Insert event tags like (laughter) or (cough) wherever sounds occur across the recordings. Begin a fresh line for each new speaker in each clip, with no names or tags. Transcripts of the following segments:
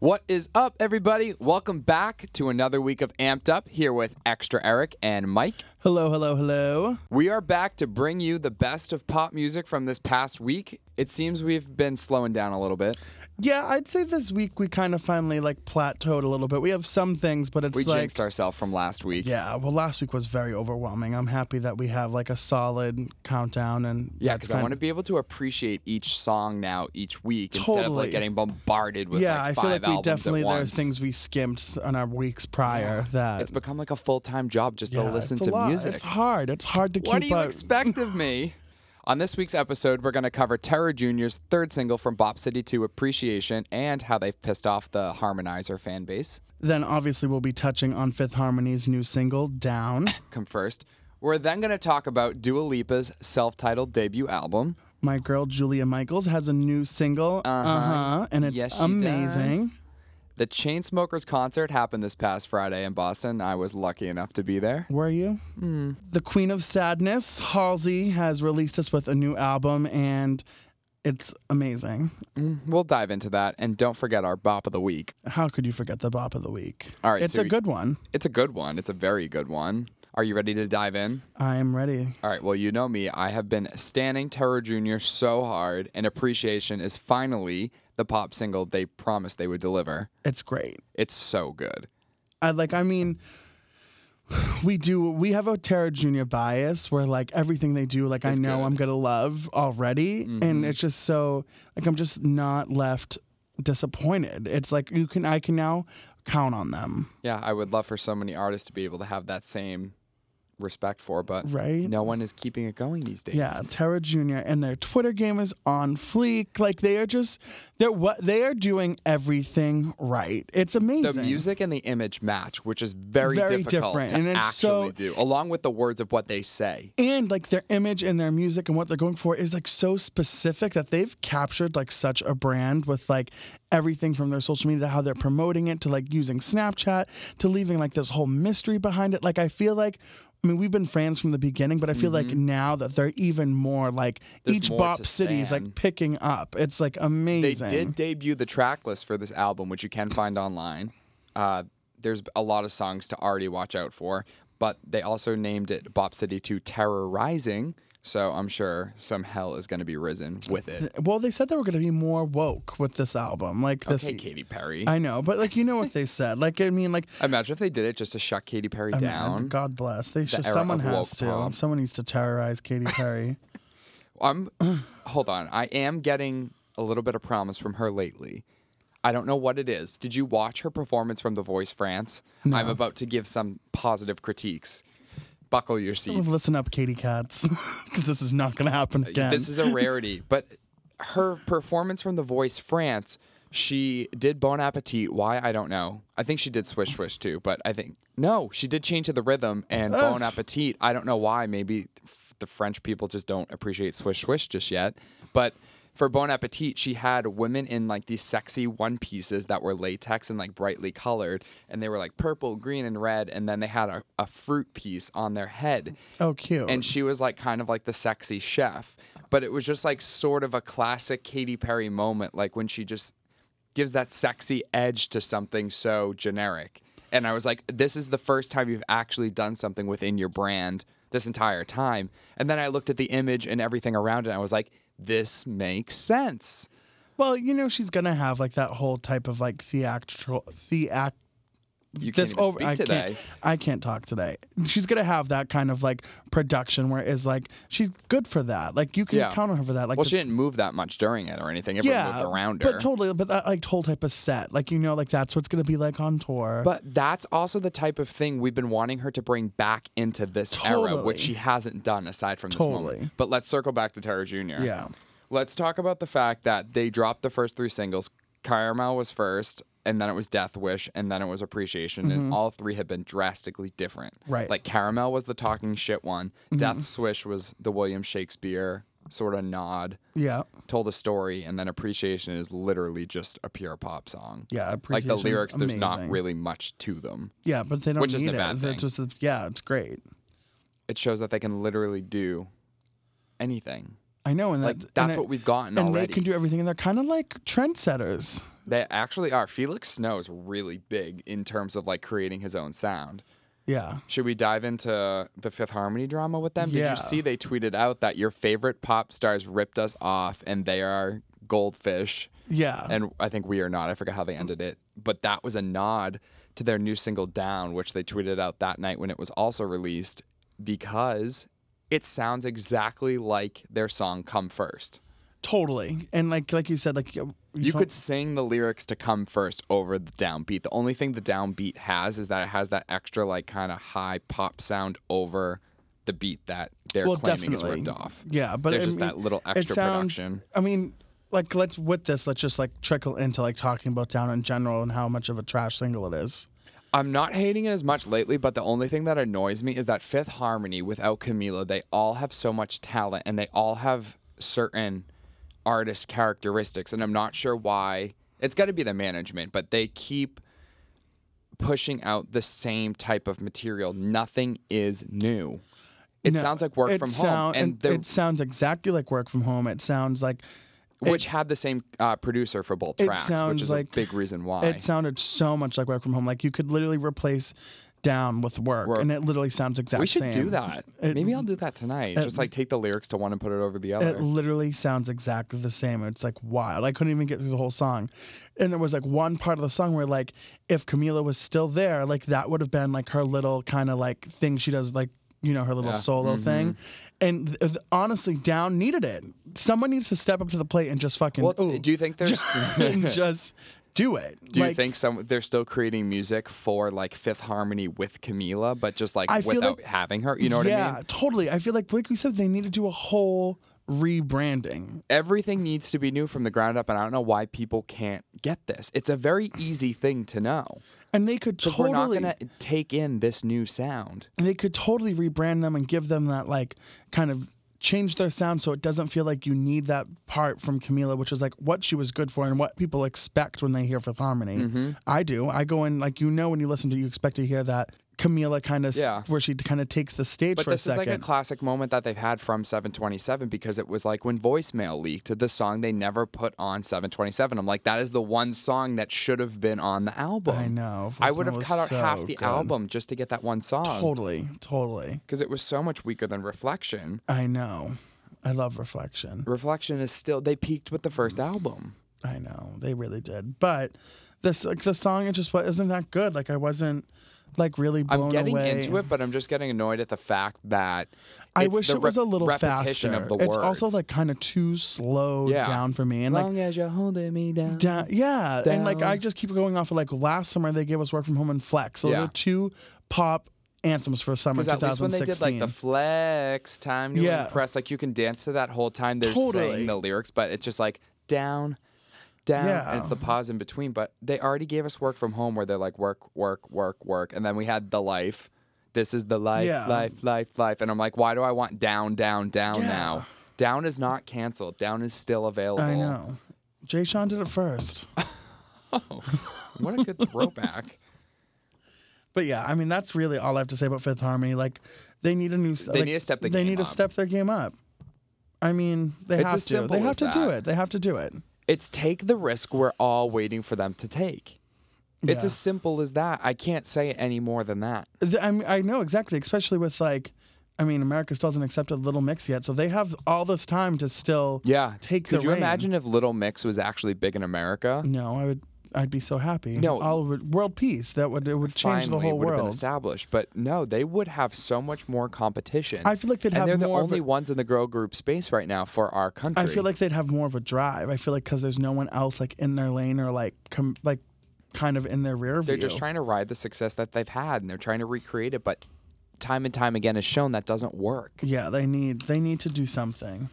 What is up, everybody? Welcome back to another week of Amped Up here with Extra Eric and Mike.
Hello, hello, hello.
We are back to bring you the best of pop music from this past week. It seems we've been slowing down a little bit.
Yeah, I'd say this week we kind of finally like plateaued a little bit. We have some things, but it's
We
like
jinxed ourselves from last week.
yeah. Well, last week was very overwhelming. I'm happy that we have like a solid countdown and
Yeah,
that's
because I
kind-
want to be able to appreciate each song now each week instead of like
Totally.
getting bombarded with
Yeah,
like
I
five
feel like we
albums
definitely
at
there are
once.
things we skimped on our weeks prior that
It's become like a full time job just
yeah,
to listen
it's a
to
lot.
music.
It's hard. It's hard to
What do
keep
you
up.
expect of me? (laughs) On this week's episode, we're going to cover Terror Jr.'s third single from Bop City 2 Appreciation and how they've pissed off the Harmonizer fan base.
Then obviously we'll be touching on Fifth Harmony's new
(coughs)
single Down.
Come first. We're then going to talk about Dua Lipa's self titled debut album.
My girl Julia Michaels has a new single. Uh huh. and it's
Uh-huh. Yes, she
amazing.
does. The Chainsmokers concert happened this past Friday in Boston. I was lucky enough to be there.
Were you?
Hmm.
The Queen of Sadness, Halsey, has released us with a new album and it's amazing.
We'll dive into that. And don't forget our Bop of the Week.
How could you forget the bop of the week?
All right,
It's
so
a
we-
good one.
It's a good one, it's a very good one. Are you ready to dive in?
I am ready.
All right, well, you know me. I have been standing Terror Jr. so hard, and Appreciation is finally the pop single they promised they would deliver.
It's great.
It's so good.
I like I mean (sighs) we do we have a Tara Jr. bias where like everything they do, like I know
good. Mm-hmm.
I'm gonna love already. And it's just so like I'm just not left disappointed. It's like you can I can now count on them.
Yeah, I would love for so many artists to be able to have that same respect for, but
Right.
no one is keeping it going these days.
Yeah, Tara Jr. and their Twitter game is on fleek. Like they are just they're what they are doing everything right. It's
The
amazing.
music and the image match, which is very,
Very
difficult
different,
to
and it's
actually
so-
do, along with the words of what they say.
and like their image and their music and what they're going for is like so specific that they've captured like such a brand with like everything from their social media to how they're promoting it to like using Snapchat to leaving like this whole mystery behind it. Like I feel like I mean we've been fans from the beginning, but I feel like now that they're even more like
Mm-hmm. There's
each
more to
Bop City is
stand.
like picking up. It's like
They
amazing.
did debut the track list for this album, which you can find online. Uh, there's a lot of songs to already watch out for, but they also named it Bop City 2 Terror Rising. So I'm sure some hell is going to be risen with it.
Well, they said they were going to be more woke with this album. Like this,
Hey, Katy Perry.
I know, but like you know what they said. Like I mean, like
Imagine if they did it just to shut Katy Perry down.
God bless. They should,
era
someone
of
has
woke
to.
pop.
Someone needs to terrorize
(laughs)
Katy Perry.
I'm, hold on. I am getting a little bit of promise from her lately. I don't know what it is. Did you watch her performance from The Voice France? I'm about to give some positive critiques. Buckle your seats.
Listen up, Katy Cats, (laughs) because this is not going to happen again.
Uh, This is a rarity, but her performance from The Voice France, she did Bon Appetit. Why I don't know. I think she did Swish Swish too, but I think no, she did change to the rhythm and Bon Appetit. I don't know why. Maybe f- the French people just don't appreciate Swish Swish just yet, but. For Bon Appetit, she had women in like these sexy one pieces that were latex and like brightly colored, and they were like purple, green, and red. And then they had a, a fruit piece on their head
oh, cute.
and she was like kind of like the sexy chef but it was just like sort of a classic Katy Perry moment like when she just gives that sexy edge to something so generic and i was like this is the first time you've actually done something within your brand this entire time and then i looked at the image and everything around it and i was like this makes sense
well, you know she's going to have like that whole type of like theatrical theac.
you can't
This
even
over,
speak
I
today
can't. I can't talk today. She's gonna have that kind of like production where it's like she's good for that. Like you can
Yeah.
count on her for that. Like
well
the
she didn't move that much during it or anything everyone moved around her
But totally, but that like whole type of set, like you know, like that's what's gonna be like on tour.
But that's also the type of thing we've been wanting her to bring back into this era,
Totally.
which she hasn't done aside from this
Totally.
moment. But let's circle back to Tara Jr.
Yeah.
Let's talk about the fact that they dropped the first three singles. Caramel was first, and then it was Death Wish, and then it was Appreciation, and all three had been drastically different.
Mm-hmm. Right. Mm-hmm.
Like Caramel was the talking shit one. Death Swish was the William Shakespeare sort of nod,
yeah,
told a story, and then Appreciation is literally just a pure pop song.
yeah,
Like the
Appreciation's
lyrics, there's not
amazing.
really much to them.
Yeah, but they don't
Which
need
isn't a
it.
bad
They're
thing.
just yeah, it's great.
it shows that they can literally do anything.
I know, and that,
Like
and
that's
it-
what we've gotten
and
already.
they can do everything, and they're kind of like trendsetters.
They actually are. Felix Snow is really big in terms of like creating his own sound.
Yeah.
Should we dive into the Fifth Harmony drama with them? Did
Yeah.
you see they tweeted out that your favorite pop stars ripped us off and they are goldfish?
Yeah.
And I think we are not. I forgot how they ended it. But that was a nod to their new single Down, which they tweeted out that night when it was also released because it sounds exactly like their song Come First.
totally. And like like you said, like you,
You
don't-
could sing the lyrics to come first over the downbeat. The only thing the downbeat has is that it has that extra like kind of high pop sound over the beat that they're
Well,
claiming
definitely.
is ripped off.
Yeah, but
There's
I
just
mean,
that little
it
extra
sounds-
production.
I mean, like let's with this, let's just like trickle into like talking about Down in general and how much of a trash single it is.
I'm not hating it as much lately, but the only thing that annoys me is that Fifth Harmony without Camila, they all have so much talent and they all have certain artist characteristics. And I'm not sure why. It's got to be the management, but they keep pushing out the same type of material. Nothing is new. It
No,
sounds like work
it
from home.
sound-
And
it,
the,
it sounds exactly like work from home. It sounds like
which had the same uh, producer for both
it
tracks, which
sounds
is
like-
a big reason why.
it sounded so much like work from home. Like you could literally replace down with work, and it literally sounds exact
we should
same.
do that. Maybe I'll do that tonight. Just like take the lyrics to one and put it over the other.
It literally sounds exactly the same. It's like wild. I couldn't even get through the whole song. And there was like one part of the song where like if Camila was still there, like that would have been like her little kind of like thing she does like you know her little solo
Mm-hmm.
thing. And th- th- honestly, Down needed it. Someone needs to step up to the plate and just fucking
Well,
ooh,
do you think there's
and (laughs) just do it.
do you
Like,
think some they're still creating music for like Fifth Harmony with Camila, but just like
I feel
without
like-
having her? You know what
yeah,
I mean?
totally. I feel like like we said, they need to do a whole rebranding.
Everything needs to be new from the ground up, and I don't know why people can't get this. It's a very easy thing to know
And they could
because
totally
we're not gonna take in this new sound.
they could totally rebrand them and give them that like kind of change their sound so it doesn't feel like you need that part from Camila, which is like what she was good for and what people expect when they hear Fifth Harmony.
Mm-hmm.
I do. I go in like you know when you listen to you expect to hear that Camila kind of
Yeah.
where she kind of takes the stage
But
for
this
a
is
second.
like a classic moment that they've had from 727 because it was like when voicemail leaked, the song they never put on 727. I'm like, that is the one song that should have been on the album.
I know.
I would
Voicemail
have
was
cut out half
so
the
good.
album just to get that one song
totally, totally.
because it was so much weaker than Reflection.
I know. I love reflection.
Reflection is still they peaked with the first
Mm.
album.
I know they really did, but this like the song it just was isn't that good. Like I wasn't like really blown
I'm getting
away.
into it, but I'm just getting annoyed at the fact that
I
it's
wish
the
it was a
rep-
little faster.
repetition of the
it's also
words.
like kind of too slow
Yeah.
down for me, and like.
long as you're holding me down.
Down, yeah, and like
Down.
I just keep going off of like last summer they gave us work from home and flex. So
Yeah.
they're two pop anthems for summer
Because at least when they
2016.
did like the flex time to
Yeah.
impress, like you can dance to that whole time they're
Totally.
saying the lyrics, but it's just like down, down.
Yeah.
And it's the pause in between. But they already gave us work from home where they're like work, work, work, work, and then we had the life. This is the life,
Yeah.
life, life, life. And I'm like, why do I want down, down, down
Yeah.
now? Down is not canceled. Down is still available.
I know. Jay Sean did it first,
(laughs) What a good throwback.
but yeah, I mean that's really all I have to say about Fifth Harmony. Like they need a new. They
need to step the
They
game
need
up.
to step their game up. I mean, they
It's
have
as
to. They
simple
have
as
to do
that.
it. They have to do it.
It's take the risk we're all waiting for them to take. It's
Yeah.
as simple as that. I can't say it any more than that.
Th- I mean, I know exactly, especially with like, I mean, America still hasn't accepted Little Mix yet, so they have all this time to still.
Yeah.
take
Could
the
you
reign.
imagine if Little Mix was actually big in America?
No, I would. I'd be so happy.
No.
all would, world peace. That would it would change
Finally,
the whole
would have been
world.
established. But no, they would have so much more competition.
I feel like they'd
and
have
they're
more
the
of
only
a-
ones in the girl group space right now for our country.
I feel like they'd have more of a drive. I feel like because there's no one else like in their lane or like com- like kind of in their rear
they're
view.
just trying to ride the success that they've had, and they're trying to recreate it. But time and time again has shown that doesn't work.
yeah, they need they need to do something.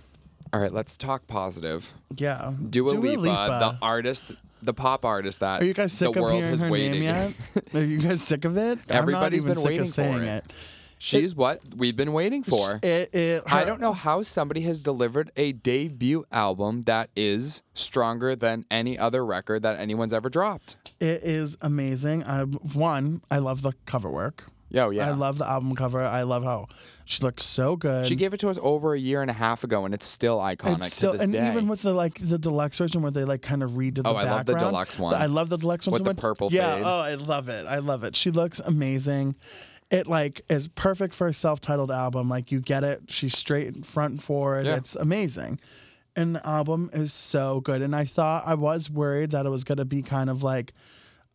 All right, let's talk positive.
Yeah,
Dua,
Do
Lipa, the artist, the pop artist that
Are you guys sick
the
of
world
hearing
has
her
waited.
name yet? Are you guys sick of it?
Everybody's
I'm not even
been
sick
waiting
of
for
saying
it.
it.
(laughs) She's what we've been waiting for.
It, it,
I
her-
don't know how somebody has delivered a debut album that is stronger than any other record that anyone's ever dropped.
It is amazing. I one, I love the cover work.
Yo, yeah.
I love the album cover. I love how she looks so good.
she gave it to us over a year and a half ago, and it's still iconic
It's still,
to this
and
day.
even with the like the deluxe version where they like kind of redid the
Oh, I
background.
love the deluxe one.
I love the deluxe one
With
so
the
much.
purple
Yeah.
fade.
Oh, I love it. I love it. She looks amazing. It like is perfect for a self-titled album. Like you get it. She's straight in front and forward.
Yeah.
It's amazing. And the album is so good. And I thought I was worried that it was gonna be kind of like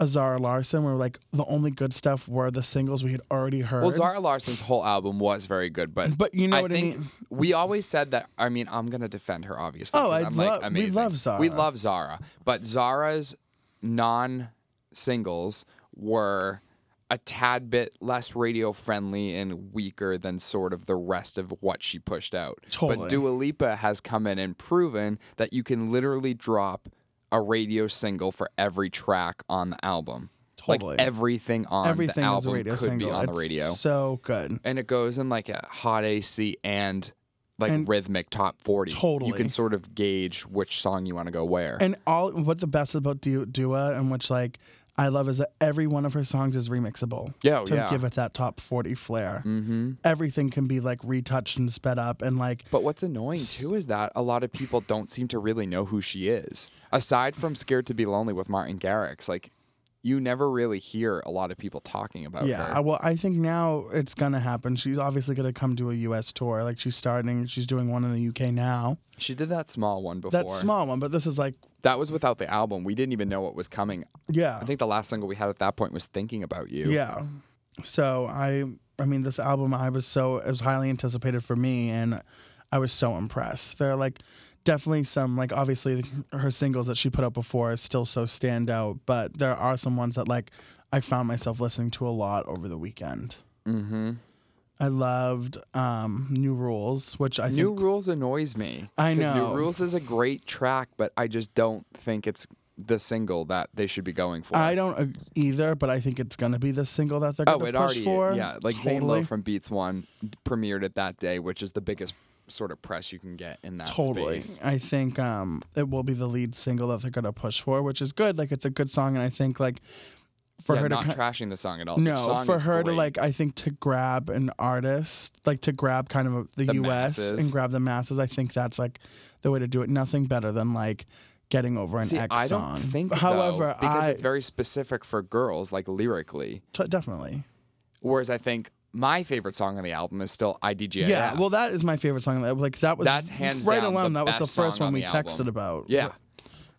a Zara Larson, where like the only good stuff were the singles we had already heard.
well, Zara Larson's whole album was very good, but
But you know
I
what I
think
mean.
We always said that. I mean, I'm gonna defend her, obviously.
Oh,
'cause
I'd
I'm
love-
like
we
amazing.
love Zara.
We love Zara, but Zara's non-singles were a tad bit less radio friendly and weaker than sort of the rest of what she pushed out.
Totally.
But Dua Lipa has come in and proven that you can literally drop a radio single for every track on the album.
Totally.
Like everything on
Everything
the
is a
album
radio
could
single.
be on
It's
the radio
So good.
and it goes in like a hot AC and like
And-
rhythmic top 40.
Totally.
You can sort of gauge which song you want to go where.
And all what the best about Du- Dua and which like I love is that every one of her songs is remixable.
Yeah, oh,
to
yeah.
give it that top forty flair. Mm-hmm. Everything can be like retouched and sped up and like
but what's annoying too is that a lot of people don't seem to really know who she is. Aside from Scared to Be Lonely with Martin Garrix, like you never really hear a lot of people talking about
yeah.
her.
I, well, I think now it's gonna happen. She's obviously gonna come to a U.S. tour. Like she's starting. She's doing one in the U.K. now.
she did that small one before.
That small one, but this is like
That was without the album. We didn't even know what was coming.
yeah,
I think the last single we had at that point was Thinking About You.
yeah. So I I mean this album I was so it was highly anticipated for me and I was so impressed. There are like definitely some like obviously her singles that she put out before is still so stand out, but there are some ones that like I found myself listening to a lot over the weekend.
Mm-hmm.
I loved um, New Rules, which I
New
think
Rules annoys me.
I
'cause
know.
New Rules is a great track, but I just don't think it's the single that they should be going for.
I don't ag- either, but I think it's gonna be the single that they're
oh,
gonna
it
push
already
for.
yeah, like Zane
Totally.
Lowe from Beats One premiered it that day, which is the biggest sort of press you can get in that
totally
space.
i think um it will be the lead single that they're gonna push for which is good like it's a good song and i think like for
yeah,
her to
not
ki-
trashing the song at all. The
no
song
for
is
her to
great.
like i think to grab an artist like to grab kind of the,
The
us and
masses.
grab the masses i think that's like the way to do it nothing better than like getting over an
See,
ex
I don't
song
think.
however
though, because
i
it's very specific for girls, like lyrically.
t- definitely
Whereas I think my favorite song on the album is still IDGAF.
yeah, well that is my favorite song that like that was
That's hands
right
down the
alone that was the
best
first
song on
one we
the
texted
album.
about
yeah.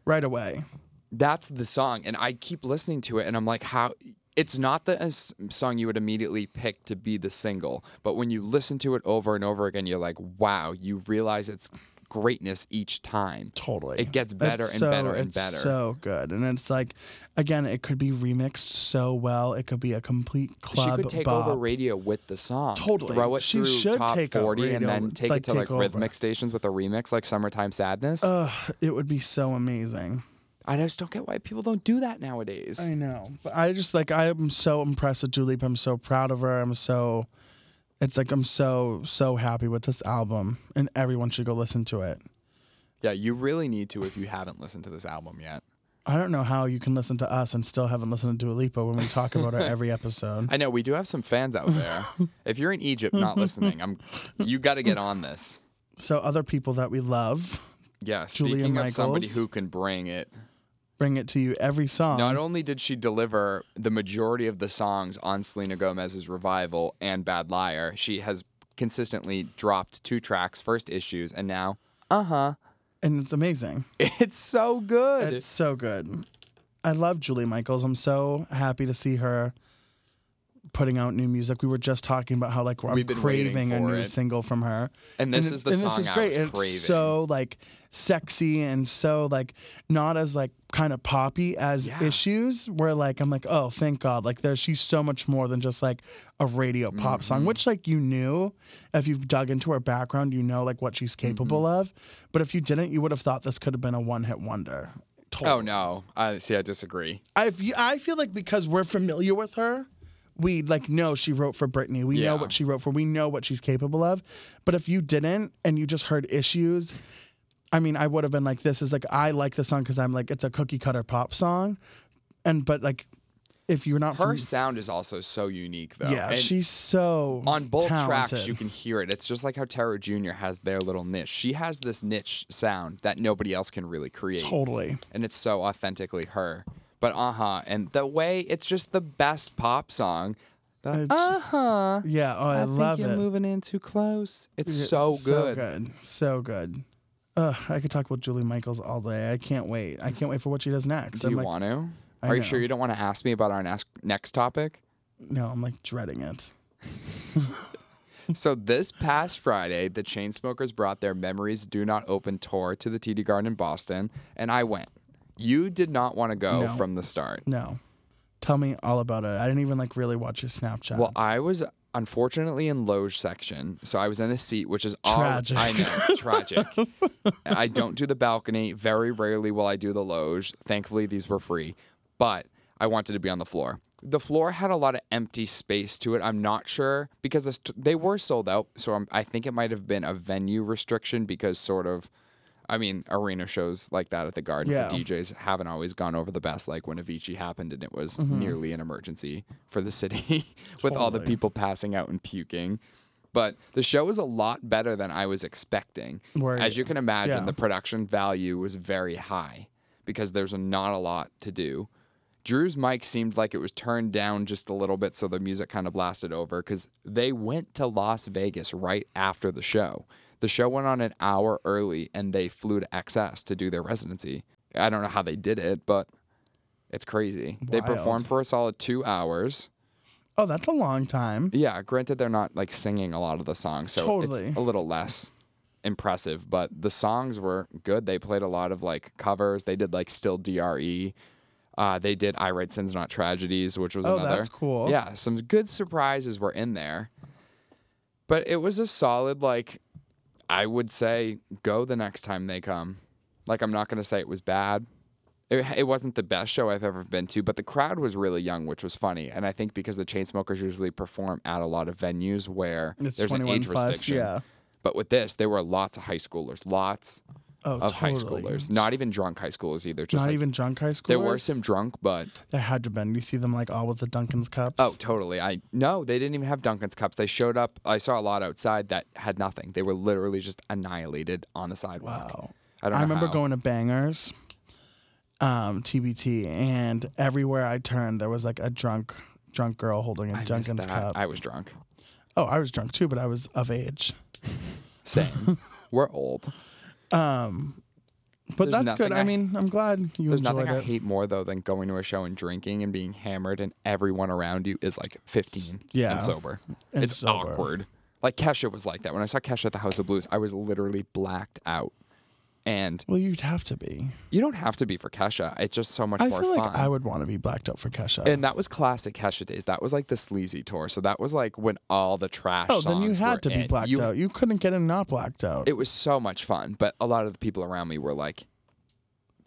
right away
that's the song and i keep listening to it and i'm like how it's not the uh, s- song you would immediately pick to be the single but when you listen to it over and over again you're like wow you realize it's greatness each time
Totally.
It gets better
It's
and better and
it's
better.
So good. And it's like again, it could be remixed so well. It could be a complete club.
she could take
bop.
over radio with the song
Totally.
throw it
She
through
should
top
take out
40 and
radio,
then take
like,
it to like
take over. Uh,
rhythmic stations with a remix like summertime sadness
Ugh, it would be so amazing.
i just don't get why people don't do that nowadays
I know. But I just like I am so impressed with Dua Lipa. I'm so proud of her. I'm so it's like I'm so so happy with this album and everyone should go listen to it.
yeah you really need to if you haven't listened to this album yet
I don't know how you can listen to us and still haven't listened to Dua Lipa when we talk about her every (laughs) episode.
I know we do have some fans out
(laughs)
there. if you're in Egypt not listening, I'm you got to get on this.
So other people that we love
Yeah,
(laughs) Julia
speaking of somebody
Michaels. Um,
who can bring it.
bring it to you every song.
Not only did she deliver the majority of the songs on Selena Gomez's Revival and Bad Liar, she has consistently dropped two tracks, first issues, and now uh-huh.
and it's amazing.
(laughs) It's so good.
It's so good. I love Julie Michaels. I'm so happy to see her putting out new music. We were just talking about how like I'm
We've been
craving
waiting
a
for
new
it.
single from her.
And this
it-
is the
and
song
this is
I
great.
was
and
craving.
It's so like sexy and so like not as like kind of poppy as
Yeah.
issues where like I'm like, oh thank God. Like there she's so much more than just like a radio pop
Mm-hmm.
song, which like you knew if you've dug into her background, you know like what she's capable
Mm-hmm.
of. But if you didn't, you would have thought this could have been a one hit wonder. Totally.
oh no. I see I disagree.
I fe- I feel like because we're familiar with her, we like know she wrote for Britney. We know
Yeah.
what she wrote for. We know what she's capable of. But if you didn't and you just heard issues, I mean, I would have been like, "This is like I like the song because I'm like it's a cookie cutter pop song," and but like if you're not
Her
from
sound is also so unique, though.
yeah,
And
she's so
on both
talented.
tracks you can hear it. It's just like how Tara Jr. has their little niche. She has this niche sound that nobody else can really create,
totally.
and it's so authentically her. But uh huh, and the way it's just the best pop song.
It's-
Uh huh.
Yeah, oh, I,
I,
love
think
it.
you're moving in too close. It's
It's
so
So
good.
good. So good. Ugh, I could talk about Julie Michaels all day. I can't wait. I can't wait for what she does next.
Do
I'm
you
like,
want to?
I
Are you
know.
sure you don't want to ask me about our nas- next
(laughs)
topic?
no, I'm like dreading it.
So this past Friday, the Chainsmokers brought their Memories Do Not Open tour to the TD Garden in Boston, and I went. You did not want to go
No.
from the start.
No. Tell me all about it. I didn't even like really watch your Snapchat.
Well, I was unfortunately in loge section, so I was in a seat, which is all
Tragic.
I
(laughs)
know, tragic. I don't do the balcony. Very rarely will I do the loge. Thankfully, these were free, but I wanted to be on the floor. The floor had a lot of empty space to it. I'm not sure because this they were sold out, so I'm, I think it might have been a venue restriction because sort of. I mean, arena shows like that at the Garden
Yeah.
for DJs haven't always gone over the best. Like when Avicii happened, and it was nearly an emergency for the city (laughs) with all the
Totally.
people passing out and puking. But the show was a lot better than I was expecting.
Were
As
you-
you can imagine,
yeah.
the production value was very high because there's not a lot to do. Drew's mic seemed like it was turned down just a little bit, so the music kind of blasted over because they went to Las Vegas right after the show. The show went on an hour early and they flew to XS to do their residency. I don't know how they did it, but it's crazy. They
Wild.
performed for a solid two hours.
oh, that's a long time.
Yeah, granted they're not like singing a lot of the songs, so
Mm-hmm. Totally.
it's a little less impressive, but the songs were good. They played a lot of like covers. They did like Still DRE. Uh, they did I Write Sins Not Tragedies, which was
Oh,
another.
that's cool.
Yeah, some good surprises were in there. But it was a solid like I would say go the next time they come. Like I'm not going to say it was bad. It, it wasn't the best show I've ever been to, but the crowd was really young, which was funny. And I think because the Chainsmokers usually perform at a lot of venues where
It's
there's an
21
age
plus,
restriction.
yeah.
But with this, there were lots of high schoolers, lots
Oh,
of
totally.
high schoolers, not even drunk high schoolers either. Just
Not
like,
even drunk high schoolers.
there were some drunk, but
There had to have been. You see them like all with the Duncan's cups.
Oh, totally. I no, they didn't even have Duncan's cups. They showed up. I saw a lot outside that had nothing. They were literally just annihilated on the sidewalk.
Wow.
I don't. Know
I remember
how.
going to Bangers, um, TBT, and everywhere I turned, there was like a drunk, drunk girl holding a
I missed
Duncan's
that.
cup.
I was drunk.
oh, I was drunk too, but I was of age.
Same. (laughs) we're old.
But
There's
that's good.
nothing
I
I-
mean, I'm glad you
There's
enjoyed
nothing I
it.
hate more though than going to a show and drinking and being hammered and everyone around you is like 15
Yeah.
and sober.
And
it's
sober.
awkward. Like Kesha was like that. When I saw Kesha at the House of Blues, I was literally blacked out. And
Well, you'd have to be.
you don't have to be for Kesha. It's just so much
I
more
feel like
fun.
I would want to be blacked out for Kesha.
And that was classic Kesha days. That was like the sleazy tour. So that was like when all the trash.
oh, then you
songs were
had to be
in.
blacked
You-
out. You couldn't get in not blacked out.
It was so much fun, but a lot of the people around me were like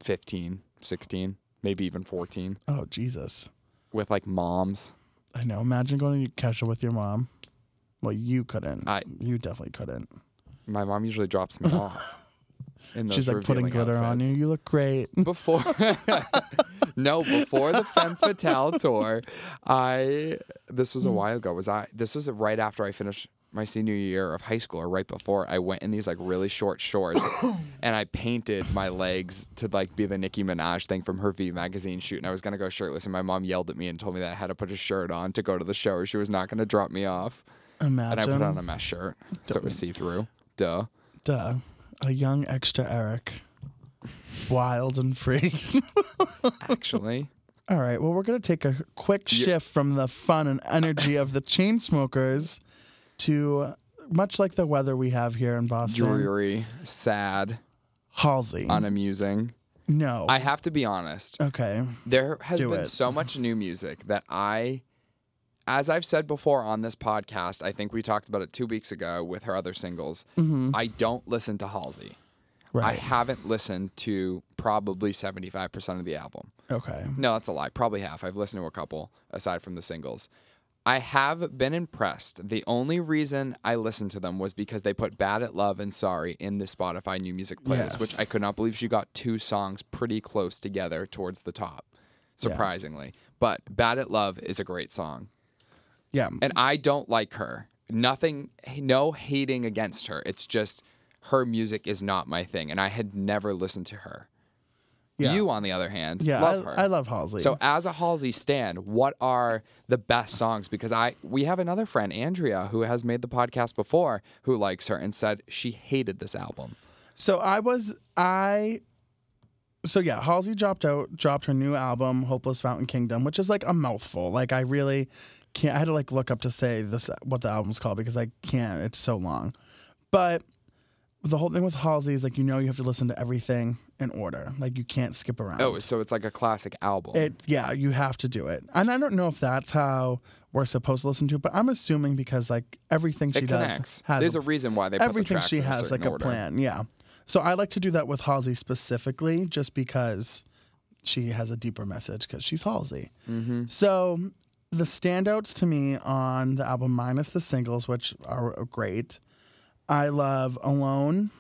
15, 16, maybe even 14
oh, Jesus.
with like moms.
I know. Imagine going to Kesha with your mom. Well, you couldn't.
I-
you definitely couldn't.
My mom usually drops
(laughs)
me off. in those
She's like putting
revealing
glitter on
outfits.
you. You look great. (laughs)
before (laughs) no before the femme fatale tour i this was a while ago was i this was right after i finished my senior year of high school or right before i went in these like really short shorts and i painted my legs to like be the nicki minaj thing from her v magazine shoot and i was going to go shirtless and my mom yelled at me and told me that i had to put a shirt on to go to the show or she was not going to drop me off and
Imagine.
i put on a mesh shirt so it was see-through duh
Duh. A young extra Eric. Wild and free. (laughs)
actually
All right. Well, we're going to take a quick shift from the fun and energy of the chain smokers to much like the weather we have here in Boston.
dreary sad
Halsey.
unamusing
no.
i have to be
(laughs)
honest
okay.
There has
Do
been
it.
so much new music that I, as I've said before on this podcast, I think we talked about it two weeks ago with her other singles. I don't listen to Halsey. I
Mm-hmm. Right.
haven't listened to probably 75% of the album.
okay.
No, that's a lie. Probably half. I've listened to a couple aside from the singles. I have been impressed. The only reason I listened to them was because they put Bad at Love and Sorry in the Spotify new music playlist,
Yes.
which I could not believe she got two songs pretty close together towards the top. surprisingly. But Bad at Love is a great song.
Yeah.
And I don't like her. Nothing, no hating against her. It's just her music is not my thing. And I had never listened to her.
Yeah.
You, on the other hand,
yeah.
love
I,
her.
I love Halsey.
So as a Halsey stand, what are the best songs? Because I we have another friend, Andrea, who has made the podcast before, who likes her and said she hated this album.
So I was I so yeah, Halsey dropped out dropped her new album, Hopeless Fountain Kingdom, which is like a mouthful. Like I really can't I had to like look up to say this what the album's called because I can't, it's so long. But the whole thing with Halsey is like you know you have to listen to everything in order. Like you can't skip around.
Oh, so it's like a classic album.
It yeah, you have to do it. And I don't know if that's how we're supposed to listen to it, but I'm assuming because like everything she
it
does
connects.
has
There's
a
a reason why they put the
everything
tracks
she
in a
has
certain
like a
order.
plan yeah so i like to do that with halsey specifically just because she has a deeper message because she's halsey
Mm-hmm.
so the standouts to me on the album minus the singles which are great i love alone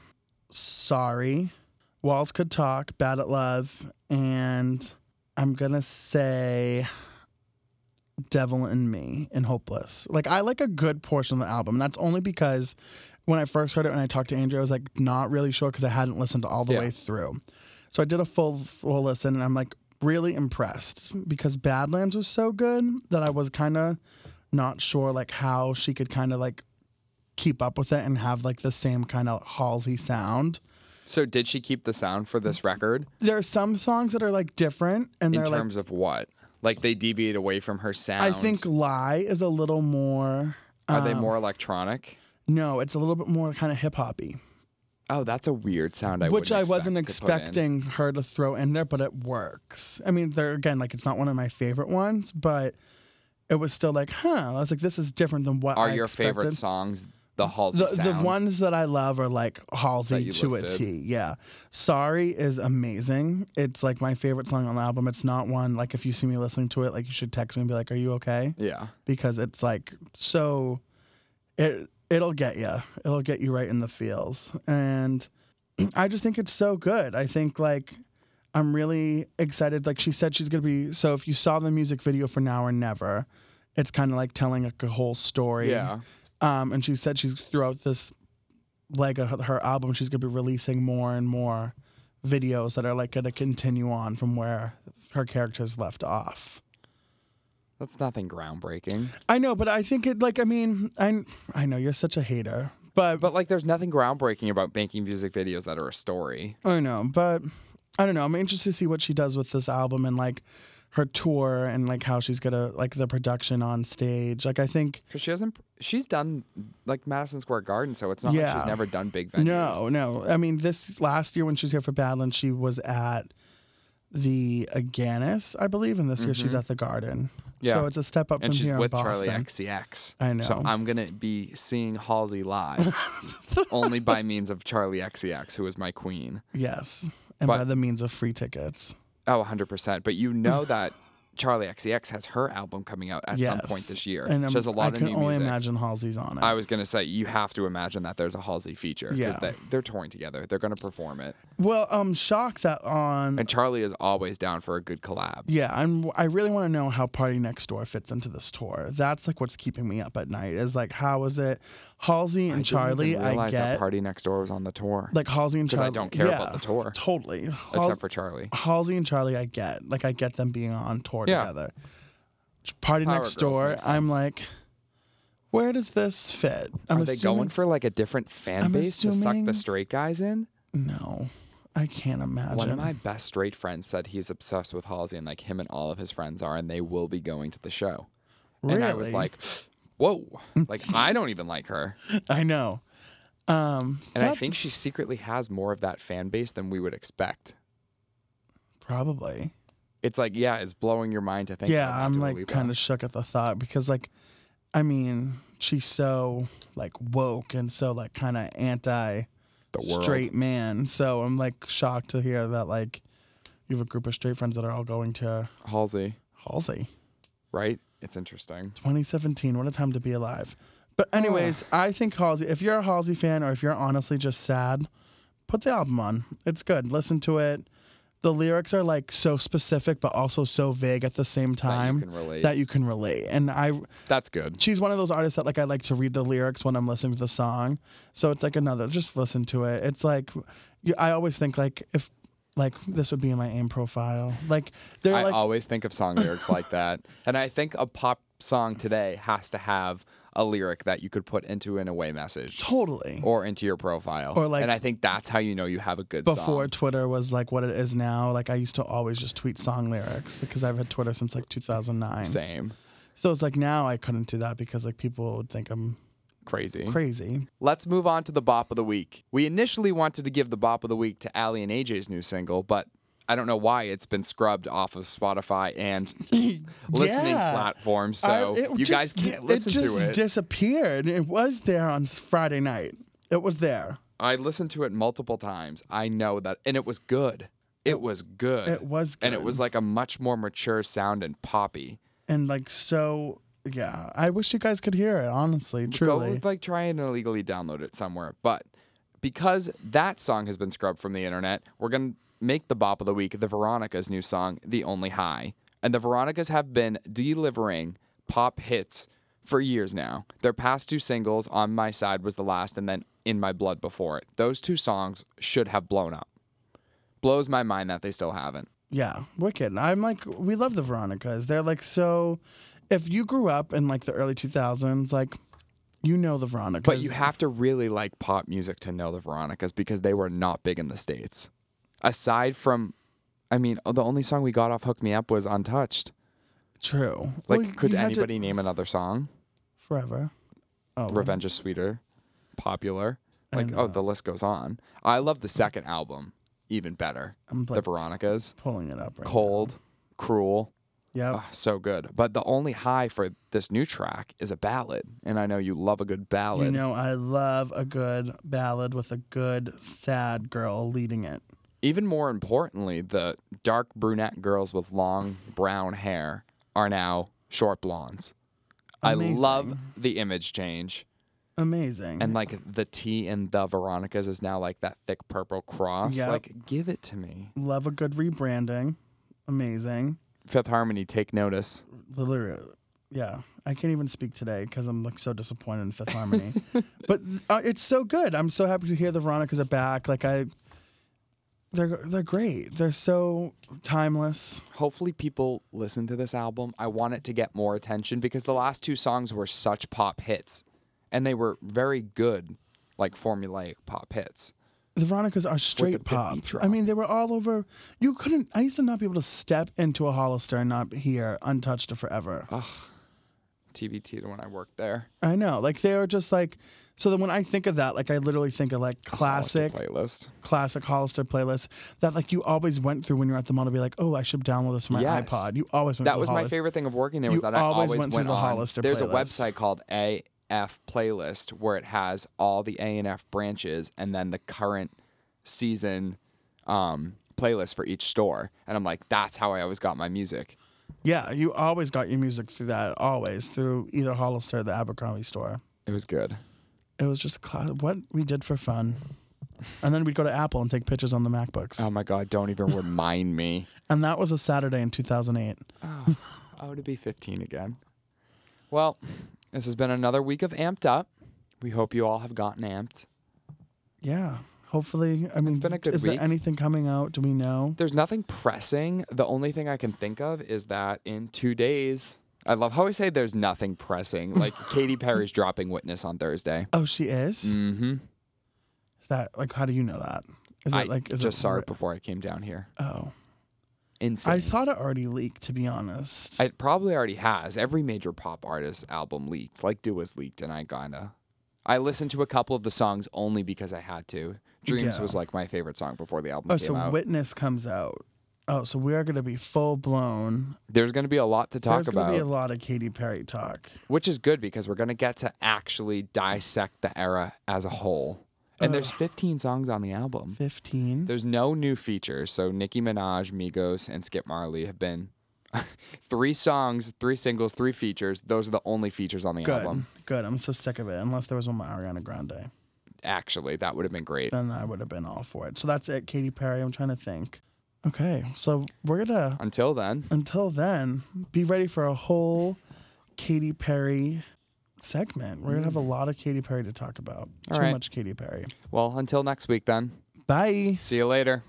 sorry walls could talk bad at love and i'm gonna say devil in me and hopeless like i like a good portion of the album and that's only because when i first heard it and i talked to andrew i was like not really sure because i hadn't listened all the
Yeah.
way through so i did a full full listen and i'm like really impressed because badlands was so good that i was kind of not sure like how she could kind of like keep up with it and have like the same kind of halsey sound
So did she keep the sound for this record
there are some songs that are like different and
in
they're like
terms of what? Like they deviate away from her sound.
I think um, lie is a little more uh,
are they more electronic?
no, it's a little bit more kind of hip hoppy,
Oh, that's a weird sound. I
which
wouldn't
I wasn't
expect to put in.
expecting her to throw in there, but it works. I mean, there again, like it's not one of my favorite ones, but it was still like, huh. I was like, this is different than what
Are
I
your
expected.
favorite songs the Halsey
The, the
sound?
ones that I love are like Halsey
you
to a
listed.
T. Yeah. Sorry is amazing. It's like my favorite song on the album. It's not one like if you see me listening to it, like you should text me and be like, Are you okay?
Yeah.
because it's like so it it'll get you it'll get you right in the feels and (clears throat) i just think it's so good i think like i'm really excited like she said she's going to be so if you saw the music video for now or never it's kind of like telling like a whole story
Yeah.
um and she said she's throughout this leg of her, her album she's going to be releasing more and more videos that are like going to continue on from where her characters left off
That's nothing groundbreaking.
I know, but I think it like I mean I I know you're such a hater, but,
But like, there's nothing groundbreaking about making music videos that are a story.
I know, but I don't know. I'm interested to see what she does with this album and like her tour and like how she's gonna like the production on stage. Like I think
Because she hasn't, she's done like Madison Square Garden, so it's not like
Yeah.
she's never done big venues.
no, no. I mean this last year when she was here for Badland, she was at the Aganis, I believe, and this year she's at the Garden. So
Mm-hmm. Yeah.
it's a step up
And
from
she's
here
with
in
Charlie
Boston.
XCX.
I know.
So I'm gonna be seeing Halsey live,
(laughs)
only by means of Charlie XCX, who is my queen.
Yes. And
But-
by the means of free tickets.
Oh, 100. percent But you know that Charlie XCX has her album coming out at
Yes.
some point this year.
And I'm-
she has a
I
lot of
can
new
only
music.
imagine Halsey's on it.
I was gonna say you have to imagine that there's a Halsey feature
Yeah.
because they, they're touring together. They're gonna perform it,
Well, I'm shocked that on.
and Charlie is always down for a good collab.
yeah, I'm. I really want to know how Party Next Door fits into this tour. That's like what's keeping me up at night. Is like how is it, Halsey and Charlie?
I
I
realized that
get
Party Next Door was on the tour.
like Halsey and
'Cause I
Charlie.
don't care about
yeah,
the tour.
Totally. Hals-
except for Charlie.
Halsey and Charlie, I get. Like I get them being on tour
Yeah.
together. Party
Power
Next
Girls
Door.
makes
I'm
sense.
like, where does this fit? I'm
Are they going for like a different fan
I'm
base to suck
assuming-
the straight guys in?
No, I can't imagine.
One of my best straight friends said he's obsessed with Halsey and like him and all of his friends are, and they will be going to the show.
really? Mm.
And I was like, whoa, like I don't even like her.
(laughs) I know. Um,
And I
that-
think she secretly has more of that fan base than we would expect.
probably.
It's like, yeah, it's blowing your mind to think.
yeah, I'm like kind of shook at the thought because like, I mean, she's so like woke and so like kind of anti
the world.
straight man. So I'm like shocked to hear that like you have a group of straight friends that are all going to
Halsey,
Halsey.
right? It's interesting.
2017, what a time to be alive. But
Oh.
anyways, I think Halsey. If you're a Halsey fan or if you're honestly just sad, put the album on. It's good. Listen to it. the lyrics are like so specific but also so vague at the same time
can relate.
that you can relate. And I
That's good.
she's one of those artists that like I like to read the lyrics when I'm listening to the song. So it's like another just listen to it. It's like you, I always think like if like this would be in my aim profile. Like they're
I
like
always think of
(laughs)
song lyrics like that. And I think a pop song today has to have a lyric that you could put into an away message
totally
or into your profile.
Or, like,
and I think that's how you know you have a good
before
song.
Twitter was like what it is now. Like I used to always just tweet song lyrics because I've had Twitter since like 2009.
Same.
So it's like now I couldn't do that because like people would think I'm
Mm-hmm. Crazy.
crazy.
Let's move on to the bop of the week. We initially wanted to give the bop of the week to Ali and AJ's new single, but I don't know why it's been scrubbed off of Spotify
(laughs)
and (laughs) listening
Yeah.
platforms.
I-
So
it
you guys
just-
can't listen
it just
to it.
disappeared. It was there on s- Friday night. It was there.
I listened to it multiple times. I know that, and it was good. It was good.
It was
and it
good.
was like a much more mature sound and poppy.
and like so yeah i wish you guys could hear it honestly
Go
truly
like try and illegally download it somewhere, but because that song has been scrubbed from the internet, we're gonna make the bop of the week the Veronica's new song, "The Only High," and the Veronicas have been delivering pop hits for years now. Their past two singles, "On My Side" was the last, and then "In My Blood" before it. Those two songs should have blown up. Blows my mind that they still haven't.
yeah wicked i'm like we love the veronicas they're like so if you grew up in like the early 2000s like you know the veronicas
But you have to really like pop music to know the Veronicas because they were not big in the States. Aside from, I mean, the only song we got off Hook Me Up was Untouched.
true
Like,
Well,
could
you had to-
anybody name another song?
forever oh
Revenge is Sweeter, Popular. Like, oh, the list goes on. I love the second album even better.
I'm
the
like-
Veronicas,
pulling it up right
Cold, Cruel.
yeah
Ah, so good. But the only high for this new track is a ballad. And I know you love a good ballad.
you know i love a good ballad with a good sad girl leading it
even more importantly, the dark brunette girls with long brown hair are now short blondes. I
Amazing.
love the image change.
amazing
And like the T in the Veronicas is now like that thick purple cross.
Yep.
Like, give it to me.
love a good rebranding amazing
Fifth Harmony, take notice.
literally yeah i can't even speak today because i'm like so disappointed in fifth
(laughs)
harmony but uh, it's so good i'm so happy to hear the veronicas are back like i they're they're great they're so timeless
Hopefully, people listen to this album. I want it to get more attention because the last two songs were such pop hits and they were very good, like formulaic pop hits.
the veronicas are straight
the
pop
beat drop.
i mean they were all over you couldn't i used to not be able to step into a hollister and not hear untouched or forever
Ah. TBT to when I worked there.
i know like they are just like so then when i think of that like i literally think of like classic
Playlist.
classic Hollister playlist that like you always went through when you were at the mall to be like, oh, I should download this from my
Yes.
iPod. You always went.
That
through
was my
Hollis-
favorite thing of working there was
You
that I
always
always
went
went,
through the
on.
Hollister
There's a
playlist.
website called AF Playlist where it has all the A and F branches and then the current season um, playlist for each store. And I'm like, that's how I always got my music.
Yeah, you always got your music through that. Always through either Hollister or the Abercrombie store.
It was good.
It was just cla- what we did for fun. And then we'd go to Apple and take pictures on the MacBooks.
Oh my god, don't
(laughs)
even remind me.
And that was a Saturday in 2008.
I would Oh, be 15 again. Well, this has been another week of Amped Up. We hope you all have gotten amped.
Yeah. Hopefully, I mean,
been a good
is
week.
there anything coming out? Do we know?
There's nothing pressing. The only thing I can think of is that in two days, I love how we say there's nothing (laughs) pressing. Like Katy Perry's dropping Witness on Thursday.
Oh, she is.
Mm-hmm.
Is that like how do you know that? Is
I
it like is
just
it,
saw it before I came down here.
Oh,
Insane.
I thought it already leaked. To be honest,
it probably already has. Every major pop artist album leaked. Like Do was leaked, and I kinda. I listened to a couple of the songs only because I had to. Dreams
Yeah.
was like my favorite song before the album
Oh,
came
so
out.
Witness comes out. Oh, so we are going to be full blown.
There's going to be a lot to talk
There's going
about.
to be a lot of Katy Perry talk.
which is good because we're going to get to actually dissect the era as a whole. And there's 15 songs on the album.
15.
There's no new features, so Nicki Minaj, Migos, and Skip Marley have been (laughs) three songs, three singles, three features. Those are the only features on the
Good.
album.
Good. I'm so sick of it. Unless there was one by Ariana Grande,
Actually, that would have been great.
then I would have been all for it. So that's it, Katy Perry. I'm trying to think. Okay, so we're gonna
Until then,
until then be ready for a whole Katy Perry segment. We're gonna have a lot of Katy Perry to talk about.
Mm. All
Too
right.
much Katy Perry.
well, until next week then.
Bye.
See you later.